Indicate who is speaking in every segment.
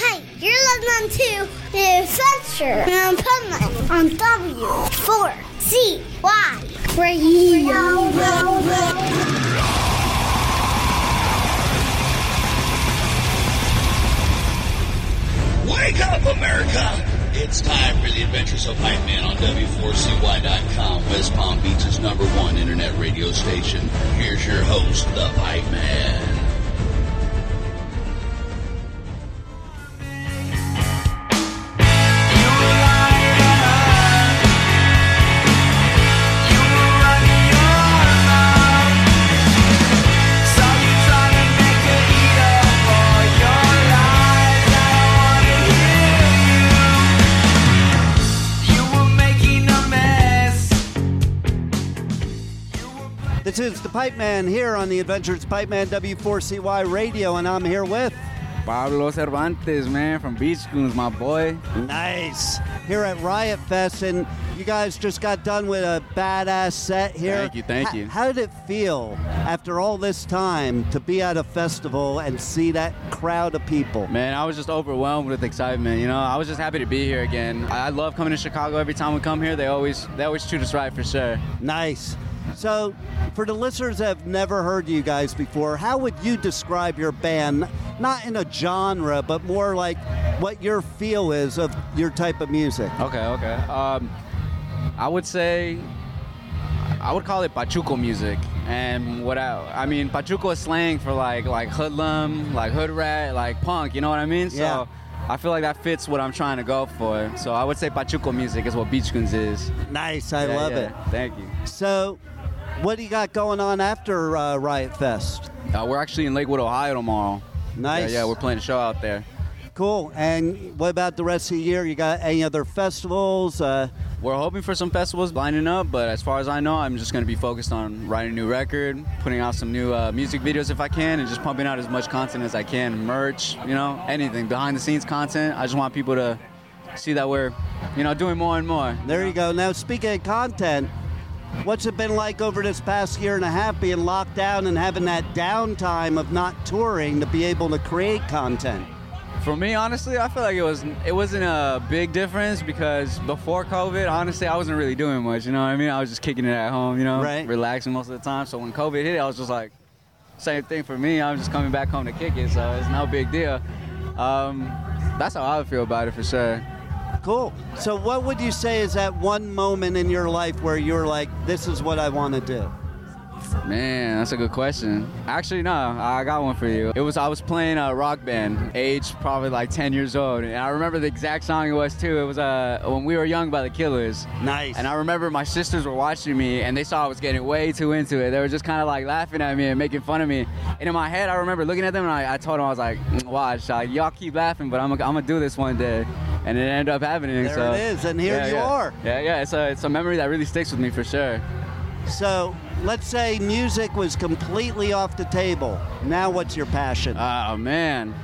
Speaker 1: Hi, you're listening to The Adventure in Puntland on W4CY Radio.
Speaker 2: Wake up, America! It's time for the adventures of Hype Man on W4CY.com, West Palm Beach's number one internet radio station. Here's your host, the Hype Man.
Speaker 3: This is the Pipe Man here on the Adventures Pipe Man W4CY Radio, and I'm here with
Speaker 4: Pablo Cervantes, man, from Beach Goons, my boy.
Speaker 3: Nice here at Riot Fest, and you guys just got done with a badass set here.
Speaker 4: Thank you, thank
Speaker 3: H-
Speaker 4: you.
Speaker 3: How did it feel after all this time to be at a festival and see that crowd of people?
Speaker 4: Man, I was just overwhelmed with excitement. You know, I was just happy to be here again. I I love coming to Chicago. Every time we come here, they always they always treat us right for sure.
Speaker 3: Nice. So, for the listeners that have never heard you guys before, how would you describe your band? Not in a genre, but more like what your feel is of your type of music.
Speaker 4: Okay, okay. Um, I would say I would call it pachuco music, and what I I mean pachuco is slang for like like hoodlum, like hood rat, like punk. You know what I mean?
Speaker 3: Yeah.
Speaker 4: So I feel like that fits what I'm trying to go for. So I would say pachuco music is what Beach Goons is.
Speaker 3: Nice, I
Speaker 4: Yeah,
Speaker 3: love
Speaker 4: yeah. Thank you.
Speaker 3: it. So, what do you got going on after uh, Riot Fest?
Speaker 4: Uh, we're actually in Lakewood, Ohio tomorrow.
Speaker 3: Nice.
Speaker 4: Yeah, yeah, we're playing a show out there.
Speaker 3: Cool. And what about the rest of the year? You got any other festivals? Uh,
Speaker 4: We're hoping for some festivals lining up, but as far as I know, I'm just going to be focused on writing a new record, putting out some new uh, music videos if I can, and just pumping out as much content as I can. Merch, you know, anything behind the scenes content. I just want people to see that we're, you know, doing more and more.
Speaker 3: there you go. Now, speaking of content, what's it been like over this past year and a half being locked down and having that downtime of not touring to be able to create content?
Speaker 4: For me, honestly, I feel like it was it wasn't a big difference because before COVID, honestly, I wasn't really doing much. You know what I mean? I was just kicking it at home, you know,
Speaker 3: Right.
Speaker 4: relaxing most of the time. So when COVID hit, I was just like, same thing for me. I'm just coming back home to kick it, so it's no big deal. Um, that's how I would feel about it for sure.
Speaker 3: Cool. So, what would you say is that one moment in your life where you're like, this is what I want to do?
Speaker 4: Man, that's a good question. Actually, no, I got one for you. It was I was playing a rock band, age probably like 10 years old, and I remember the exact song it was too. It was uh, when we were young by the Killers.
Speaker 3: Nice.
Speaker 4: And I remember my sisters were watching me and they saw I was getting way too into it. They were just kind of like laughing at me and making fun of me. And in my head, I remember looking at them and I, I told them, I was like, "Mm, watch, uh, y'all keep laughing, but I'm going to do this one day. And it ended up happening.
Speaker 3: There
Speaker 4: so.
Speaker 3: it is, and here
Speaker 4: Yeah,
Speaker 3: you
Speaker 4: yeah.
Speaker 3: are.
Speaker 4: Yeah, yeah. It's a, it's a memory that really sticks with me for sure.
Speaker 3: So let's say music was completely off the table. Now, what's your passion?
Speaker 4: Oh, man.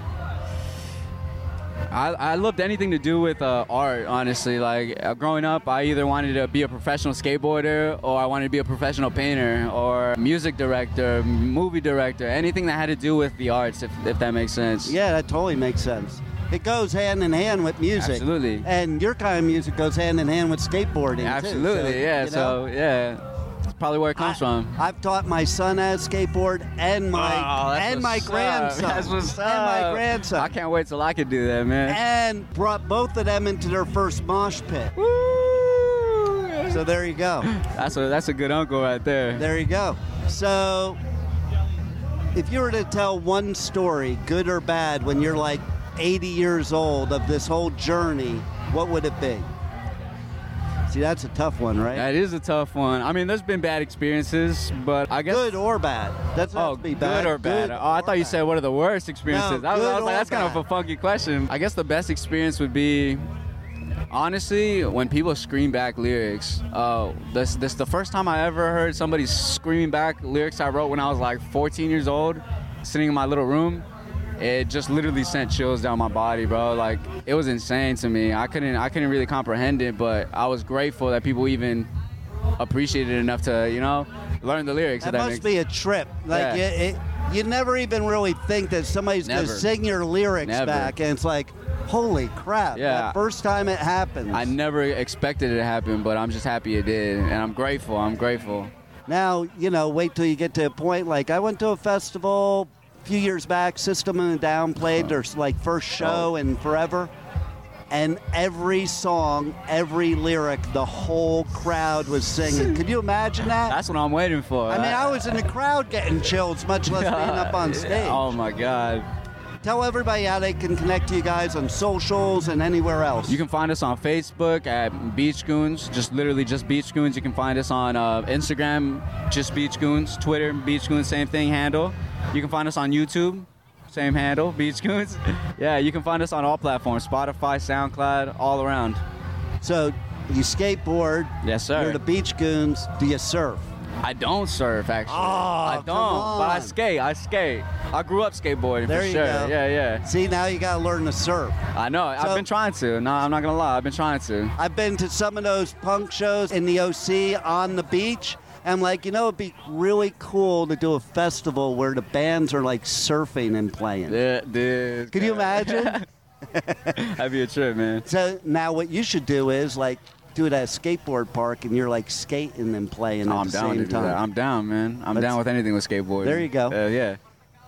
Speaker 4: I, I loved anything to do with uh, art, honestly. Like, uh, growing up, I either wanted to be a professional skateboarder or I wanted to be a professional painter or music director, m- movie director, anything that had to do with the arts, if, if that makes sense.
Speaker 3: yeah, that totally makes sense. It goes hand in hand with music.
Speaker 4: Absolutely.
Speaker 3: And your kind of music goes hand in hand with skateboarding. too,
Speaker 4: Absolutely,
Speaker 3: so,
Speaker 4: yeah.
Speaker 3: you know,
Speaker 4: So, yeah. It's probably where it comes from.
Speaker 3: I've taught my son how to skateboard and
Speaker 4: Wow,
Speaker 3: Oh, my
Speaker 4: that's
Speaker 3: and my
Speaker 4: what's up.
Speaker 3: grandson
Speaker 4: That's what's
Speaker 3: and my
Speaker 4: up.
Speaker 3: grandson.
Speaker 4: I can't wait till I can do that, man.
Speaker 3: and brought both of them into their first mosh pit. So there you go.
Speaker 4: That's a that's a good uncle right there.
Speaker 3: There you go. So if you were to tell one story, good or bad, when you're like 80 years old of this whole journey, what would it be? See, that's a tough one, right?
Speaker 4: That is a tough one. I mean, there's been bad experiences, but I guess
Speaker 3: good or bad? That's
Speaker 4: oh,
Speaker 3: not be bad.
Speaker 4: good or bad. oh, I
Speaker 3: or
Speaker 4: thought you
Speaker 3: bad.
Speaker 4: said what are the worst experiences.
Speaker 3: No,
Speaker 4: I was, I
Speaker 3: good
Speaker 4: was like,
Speaker 3: or
Speaker 4: that's kind of
Speaker 3: bad.
Speaker 4: a funky question. I guess the best experience would be. Honestly, when people scream back lyrics, uh, this this the first time I ever heard somebody screaming back lyrics I wrote when I was like 14 years old, sitting in my little room. It just literally sent chills down my body, bro. Like it was insane to me. I couldn't I couldn't really comprehend it, but I was grateful that people even appreciated it enough to you know learn the lyrics. if
Speaker 3: That,
Speaker 4: that
Speaker 3: must
Speaker 4: makes-
Speaker 3: be a trip. Like
Speaker 4: Yeah.
Speaker 3: it, it, you never even really think that somebody's going to
Speaker 4: Never.
Speaker 3: sing your lyrics
Speaker 4: Never.
Speaker 3: back, and it's like, holy crap!
Speaker 4: Yeah.
Speaker 3: That first time it happens.
Speaker 4: I never expected it to happen, but I'm just happy it did, and I'm grateful. I'm grateful.
Speaker 3: Now, you know, wait till you get to a point. Like, I went to a festival a few years back, System of a Down played their like first
Speaker 4: Oh.
Speaker 3: show in forever. And every song, every lyric, the whole crowd was singing. Could you imagine that?
Speaker 4: That's what I'm waiting for.
Speaker 3: I mean, I was in the crowd getting chills, much less being up on stage.
Speaker 4: Oh my God!
Speaker 3: Tell everybody how they can connect to you guys on socials and anywhere else.
Speaker 4: You can find us on Facebook at Beach Goons, just literally just Beach Goons. You can find us on uh, Instagram, just Beach Goons. Twitter, Beach Goons, same thing handle. You can find us on YouTube, same handle, Beach Goons. yeah, you can find us on all platforms: Spotify, SoundCloud, all around.
Speaker 3: so, you skateboard.
Speaker 4: Yes, sir.
Speaker 3: You're the Beach Goons. Do you surf?
Speaker 4: I don't surf actually. I don't,
Speaker 3: come
Speaker 4: but I
Speaker 3: on.
Speaker 4: skate. I skate. I grew up skateboarding
Speaker 3: There
Speaker 4: for
Speaker 3: you
Speaker 4: sure.
Speaker 3: go.
Speaker 4: Yeah, yeah.
Speaker 3: See, now you gotta learn to surf.
Speaker 4: I know.
Speaker 3: So-
Speaker 4: I've been trying to. No, I'm not gonna lie. I've been trying to.
Speaker 3: I've been to some of those punk shows in the OC on the beach. I'm like, you know, it'd be really cool to do a festival where the bands are like surfing and playing.
Speaker 4: Yeah, dude.
Speaker 3: Can you imagine?
Speaker 4: That'd be a trip, man.
Speaker 3: so now, what you should do is like do it at a skateboard park, and you're like skating and playing
Speaker 4: No,
Speaker 3: at
Speaker 4: I'm
Speaker 3: the
Speaker 4: down to
Speaker 3: same
Speaker 4: do that.
Speaker 3: time.
Speaker 4: I'm down, man. I'm
Speaker 3: Let's-
Speaker 4: down with anything with skateboarding.
Speaker 3: There you go.
Speaker 4: Uh, yeah.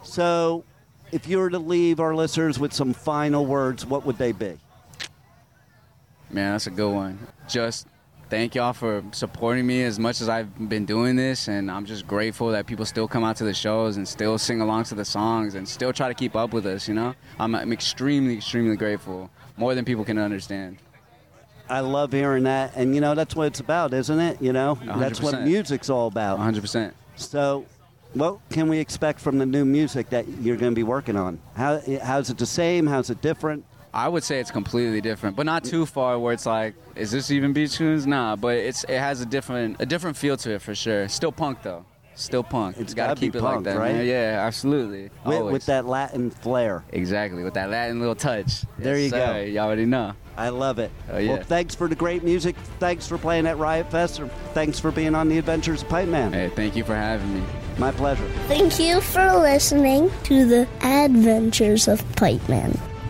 Speaker 3: So, if you were to leave our listeners with some final words, what would they be?
Speaker 4: Man, that's a good one. Just thank y'all for supporting me as much as I've been doing this, and I'm just grateful that people still come out to the shows and still sing along to the songs and still try to keep up with us. You know, I'm, I'm extremely, extremely grateful, more than people can understand.
Speaker 3: I love hearing that, and you know that's what it's about, isn't it? You know, that's what
Speaker 4: 100%.
Speaker 3: music's all about.
Speaker 4: 100. percent
Speaker 3: So, what can we expect from the new music that you're going to be working on? How, how's it the same? How's it different?
Speaker 4: I would say it's completely different, but not too far where it's like, is this even beach tunes? Nah, but it's it has a different a different feel to it for sure. Still punk though. Still punk.
Speaker 3: It's
Speaker 4: gotta
Speaker 3: gotta be
Speaker 4: keep it
Speaker 3: punk,
Speaker 4: like that,
Speaker 3: right?
Speaker 4: man. Yeah, absolutely.
Speaker 3: With,
Speaker 4: Always.
Speaker 3: with that Latin flair.
Speaker 4: Exactly, with that Latin little touch.
Speaker 3: There you go.
Speaker 4: You already know.
Speaker 3: I love it.
Speaker 4: Oh, yeah.
Speaker 3: Well, thanks for the great music. Thanks for playing at Riot Fest. and Thanks for being on the Adventures of Pipe Man.
Speaker 4: Hey, thank you for having me.
Speaker 3: My pleasure.
Speaker 1: Thank you for listening
Speaker 5: to the adventures of Pipe Man.